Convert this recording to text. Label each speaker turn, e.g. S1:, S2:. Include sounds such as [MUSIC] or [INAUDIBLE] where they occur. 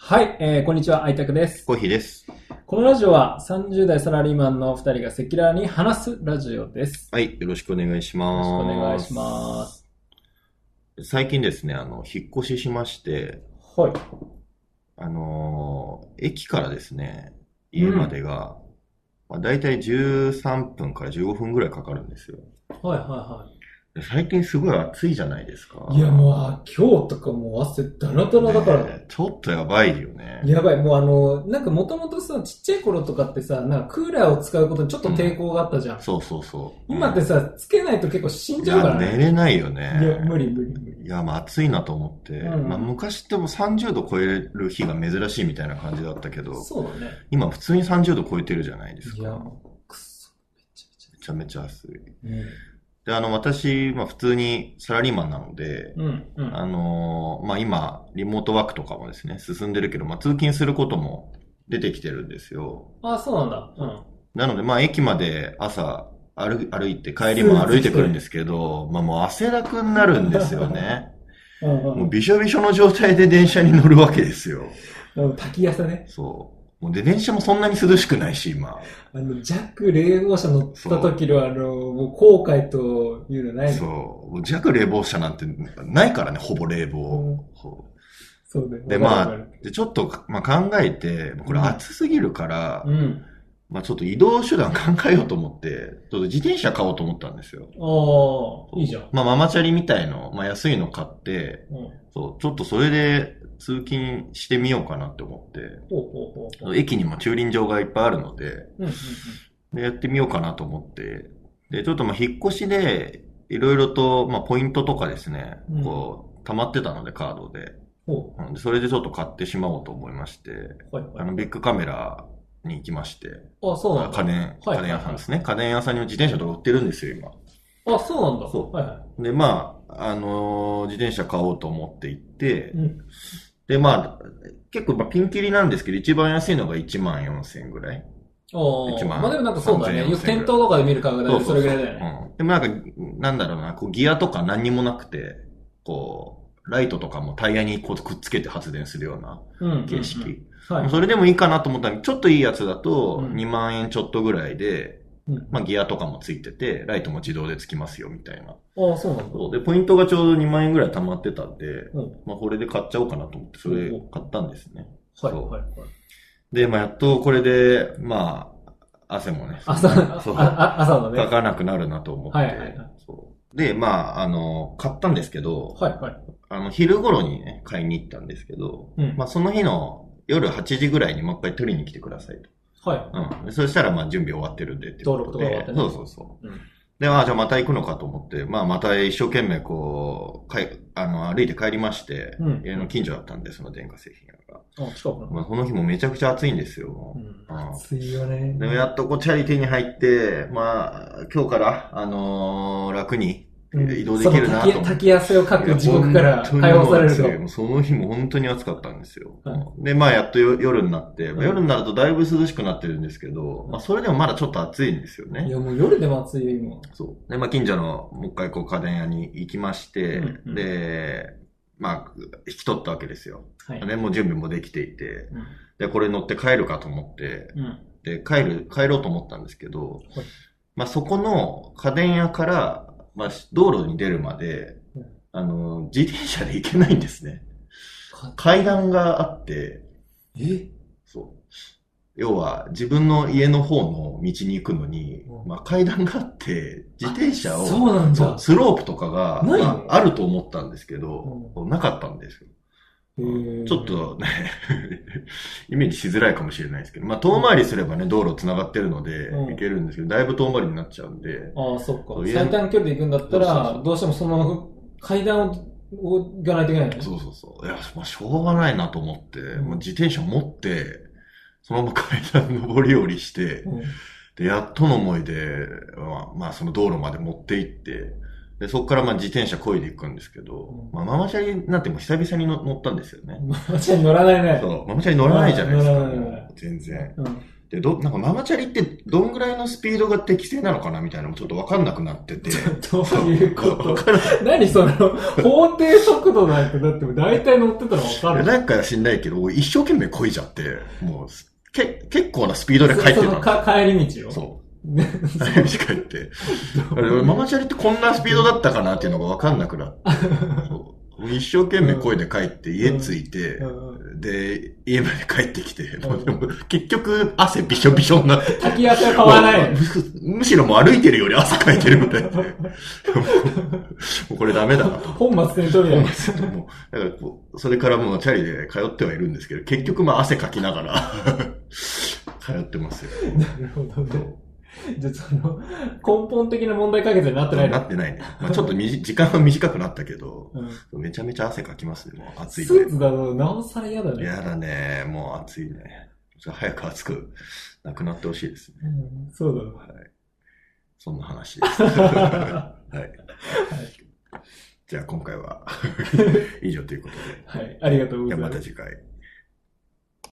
S1: はい、えー、こんにちは、愛拓です。
S2: コーヒーです。
S1: このラジオは30代サラリーマンの2人が赤裸々に話すラジオです。
S2: はい、よろしくお願いし
S1: よろ
S2: ま
S1: し
S2: す。
S1: くお願いします。
S2: す。最近ですね、あの、引っ越ししまして、
S1: はい。
S2: あのー駅からですね、家までが、まあ、大体13分から15分ぐらいかかるんですよ。
S1: はいは
S2: で最近すごい暑いじゃないですか
S1: いは。い。いやもう、あ今日とかもう汗だらだらだから、
S2: ねえちょっとやばいよね。
S1: やばい、もうあの、なんかもともとさ、ちっちゃい頃とかってさ、なんかクーラーを使うことにちょっと抵抗があったじゃん。
S2: そうそうそう。
S1: 今ってさ、つけないと結構死ん
S2: い
S1: じゃうか
S2: や、
S1: ら
S2: 寝
S1: ね。
S2: れないよ
S1: い
S2: ね。
S1: や、無理無理無理。
S2: いや、まあ暑いなと思って、
S1: うん
S2: まあ昔ってもう30度超える日が珍しいみたいな感じだったけど、
S1: そうだね。
S2: 今普通に30度超えてるじゃないです
S1: い
S2: か。
S1: や、
S2: め
S1: もう、くそ、めちゃめち
S2: ちゃめちゃ暑い。
S1: ゃ。
S2: で、あの、私、まあ普通にサラリーマンなので、
S1: うん、うん。
S2: あのーまあ今、リモートワークとかもですね、進んでるけど、まあ通勤することも出てきてるんですよ。
S1: あ、そうなんだ。うん。
S2: なので、まあ駅まで朝歩い、歩いて、帰りも歩いてくるんですけど、まあもう汗だくになるんですよ
S1: [LAUGHS]
S2: ね。
S1: うんうん
S2: もうびしょびしょの状態で電車に乗るわけですよ。
S1: うん、滝朝ね。
S2: そう。もうで、電車もそんなに涼しくないし、今。
S1: あの、ジャック冷房車乗った時の、あの、もう後悔というのない
S2: そう。
S1: の。
S2: もう弱冷房車なんてないからね、ほぼ冷
S1: うん
S2: 房。そう
S1: そうだよ。
S2: で、
S1: わ
S2: ま
S1: か
S2: あ
S1: るわかる、
S2: でちょっと、まあ、考えて、これ
S1: うん
S2: 暑すぎるから、
S1: うん。
S2: まあ、ちょっと移動手段 [LAUGHS] 考えようと思って、ちょっと自転車買おうと思ったんですよ。
S1: ああ、いいじゃん。
S2: まあ、ママチャリみたいの、まあ、安いの買って、
S1: うん。
S2: そう、ちょっとそれで通勤してみようかなって思っ
S1: ほうほうほうほう。
S2: て、駅にも駐輪場がいっぱいあるので、
S1: うんうん
S2: で、やってみようかなと思って。で、ちょっとまあ引っ越しで、いろいろと、まあポイントとかですね、
S1: うん
S2: こう、溜まってたのでカードで。
S1: うん。ほ
S2: うんでそれでちょっと買ってしまおうと思いまして、
S1: う。はいは
S2: あ
S1: い。
S2: の、ビッグカメラに行きまして、
S1: あ、そうなん
S2: 家
S1: だ。
S2: 電、
S1: はい
S2: 家電屋さんですね。家電屋さんにも自転車とか売ってるんですよ、今。
S1: あ、そうなんだ。
S2: そう
S1: はいは
S2: で、まあ、あのー自転車買おうと思って行って
S1: い。、うん。
S2: で、まあ、結構まあピンキリなんですけど、一番安いのが1万4000円ぐらい。
S1: お
S2: 一
S1: ー。
S2: 万
S1: まあでもなんかそうだ
S2: 3000
S1: ね。
S2: 円
S1: よく店頭とかで見る価格だ
S2: そう
S1: ね。
S2: そ
S1: そうれ
S2: そう
S1: ぐらいだよね。
S2: うん。でもなんか、なんだろうな、こうギアとか何にもなくて、こう、ライトとかもタイヤにこうくっつけて発電するような
S1: うん。
S2: 形式。
S1: うん。はい。
S2: それでもいいかなと思ったら、ちょっといいやつだと
S1: うん
S2: 2万円ちょっとぐらいで、
S1: うん
S2: まあギアとかもついてて、ライトも自動でつきますよみたいな。
S1: ああ、そうなんだ。
S2: そうで、ポイントがちょうど2万円ぐらい溜まってたんで、
S1: うん。
S2: まあこれで買っちゃおうかなと思って、それ
S1: おう
S2: 買ったんですね。
S1: はい
S2: そう
S1: はいはい。
S2: で、まあやっとこれで、まあ、汗もね、
S1: 朝、
S2: そう
S1: ああ朝のね。
S2: か
S1: はい
S2: かなくなるなと思って。
S1: はいはいはい
S2: そうで、まあ、あの、買ったんですけど、
S1: はい。
S2: あの、昼頃にね、買いに行ったんですけど、
S1: うん。
S2: まあ、その日の夜8時ぐらいにもう一回取りに来てくださいと。
S1: はい。
S2: うんで。そしたら、まあ、準備終わってるんでっていうことで。
S1: 登録とか終わっ
S2: そうそうそう。
S1: うん
S2: で、ああ、じゃあまた行くのかと思って、まあ、また一生懸命こう、かい、あの、歩いて帰りまして、
S1: うん
S2: 家の近所だったんで、その電化製品屋が。
S1: あ、近くな
S2: まあ、その日もめちゃくちゃ暑いんですよ。もう
S1: うん。暑いよね。
S2: でもやっとこうチャリティーに入って、まあ、今日から、あのー楽に移動できるなと
S1: その
S2: 思って。
S1: 滝滝汗をかく地獄から解放される
S2: い
S1: と
S2: や本当にもう暑い。もうその日も本当に暑かったんですよ。
S1: は
S2: で、まあやっとよ夜になって、ま
S1: う
S2: あ、
S1: ん
S2: 夜になるとだいぶ涼しくなってるんですけど、まあそれでもまだちょっと暑いんですよ
S1: い
S2: ね。
S1: や、もう夜でも暑いよ、今。
S2: そう。で、まあ近所のもう一回こう家電屋に行きまして、
S1: うんうん
S2: で、まあ引き取ったわけですよ。
S1: はい。
S2: で、もう準備もできていて、
S1: うん
S2: で、これ乗って帰るかと思って、
S1: うん。
S2: で、帰る、帰ろうと思ったんですけど、
S1: はい
S2: まあそこの家電屋から、まあ道路に出るまで
S1: うん、
S2: あの、自転車で行けないんですね。階段があって、
S1: え
S2: そう。要は自分の家の方の道に行くのに、
S1: うん
S2: まあ階段があって、自転車を、
S1: そうなん
S2: そう
S1: だ。
S2: スロープとかが、
S1: ないの
S2: まあ、あると思ったんですけど、なかったんですよ。
S1: へー
S2: ちょっ。とね、 [LAUGHS] イメージしづらいかもしれないですけど、まあ遠回りすればね、道路繋がってるので、
S1: うん
S2: 行けるんですけど、だいぶ遠回りになっちゃうんで、
S1: ああ、そっか
S2: そう。
S1: 最短距離で行くんだった
S2: そうそう
S1: ら
S2: そ、う
S1: どうしてもその階段を、を行かないといけないのね。
S2: そうそうそう。いや、まあ、しょうがないなと思って、
S1: ん
S2: もう自転車持って、そのまま階段登り降りして、
S1: うん。
S2: で、やっとの思いで、まあ、まあ、その道路まで持って行って、で、そこからまあ自転車漕いでいくんですけど、
S1: うん
S2: まあ、ママチャリなんてもう久々にの乗ったんですよね。
S1: 間違い乗らないね。
S2: そう、ママチャリ乗らないじゃないですか、
S1: 乗らない乗らない
S2: もう全然。
S1: うん。
S2: で、ど、なんかママチャリってどんぐらいのスピードが適正なのかなみたいなのもちょっとわかんなくなってて。
S1: どういうこ
S2: わ
S1: と
S2: かんない
S1: 何その、法定速度なんて、だって大体乗ってたらわかる。
S2: なんか知んないけど、俺一生懸命こいじゃって、もう、け、結構なスピードで帰って
S1: そ
S2: た
S1: の
S2: の。
S1: か帰り道を。 [LAUGHS]
S2: そう。早く帰って。あれママチャリってこんなスピードだったかなっていうのがわかんなくなって。そうもう一生懸命こいで帰って、家着いて、
S1: うんうん
S2: で、家まで帰ってきて、もうでも結局汗びしょびしょになって。
S1: 滝汗買わない
S2: もう。 [LAUGHS] むむしろもう歩いてるより汗かいてるみたい [LAUGHS] で。もうもうこれダメだなと。
S1: 本末転倒や。
S2: もうだからこうそれからもうチャリで通ってはいるんですけど、結局まあ汗かきながら [LAUGHS] 通ってますよ。
S1: [LAUGHS] なるほどね。じゃあその、根本的な問題解決になってない
S2: な
S1: の
S2: ってないね。まあ、ちょっとみじ時間は短くなったけど、
S1: うん
S2: めちゃめちゃ汗かきますね。もう暑
S1: ス
S2: いん
S1: ー
S2: で。
S1: ツだとなおさら嫌だね。
S2: やだね。もう暑いね。早く暑くなくなってほしいですね。
S1: うんそう
S2: そんな
S1: [LAUGHS]
S2: 話です。
S1: だ
S2: は
S1: わ。
S2: い。じゃあ今回は [LAUGHS] 以上ということで。
S1: はい、ありがとうござ
S2: じゃあ
S1: いま
S2: ますた。次回。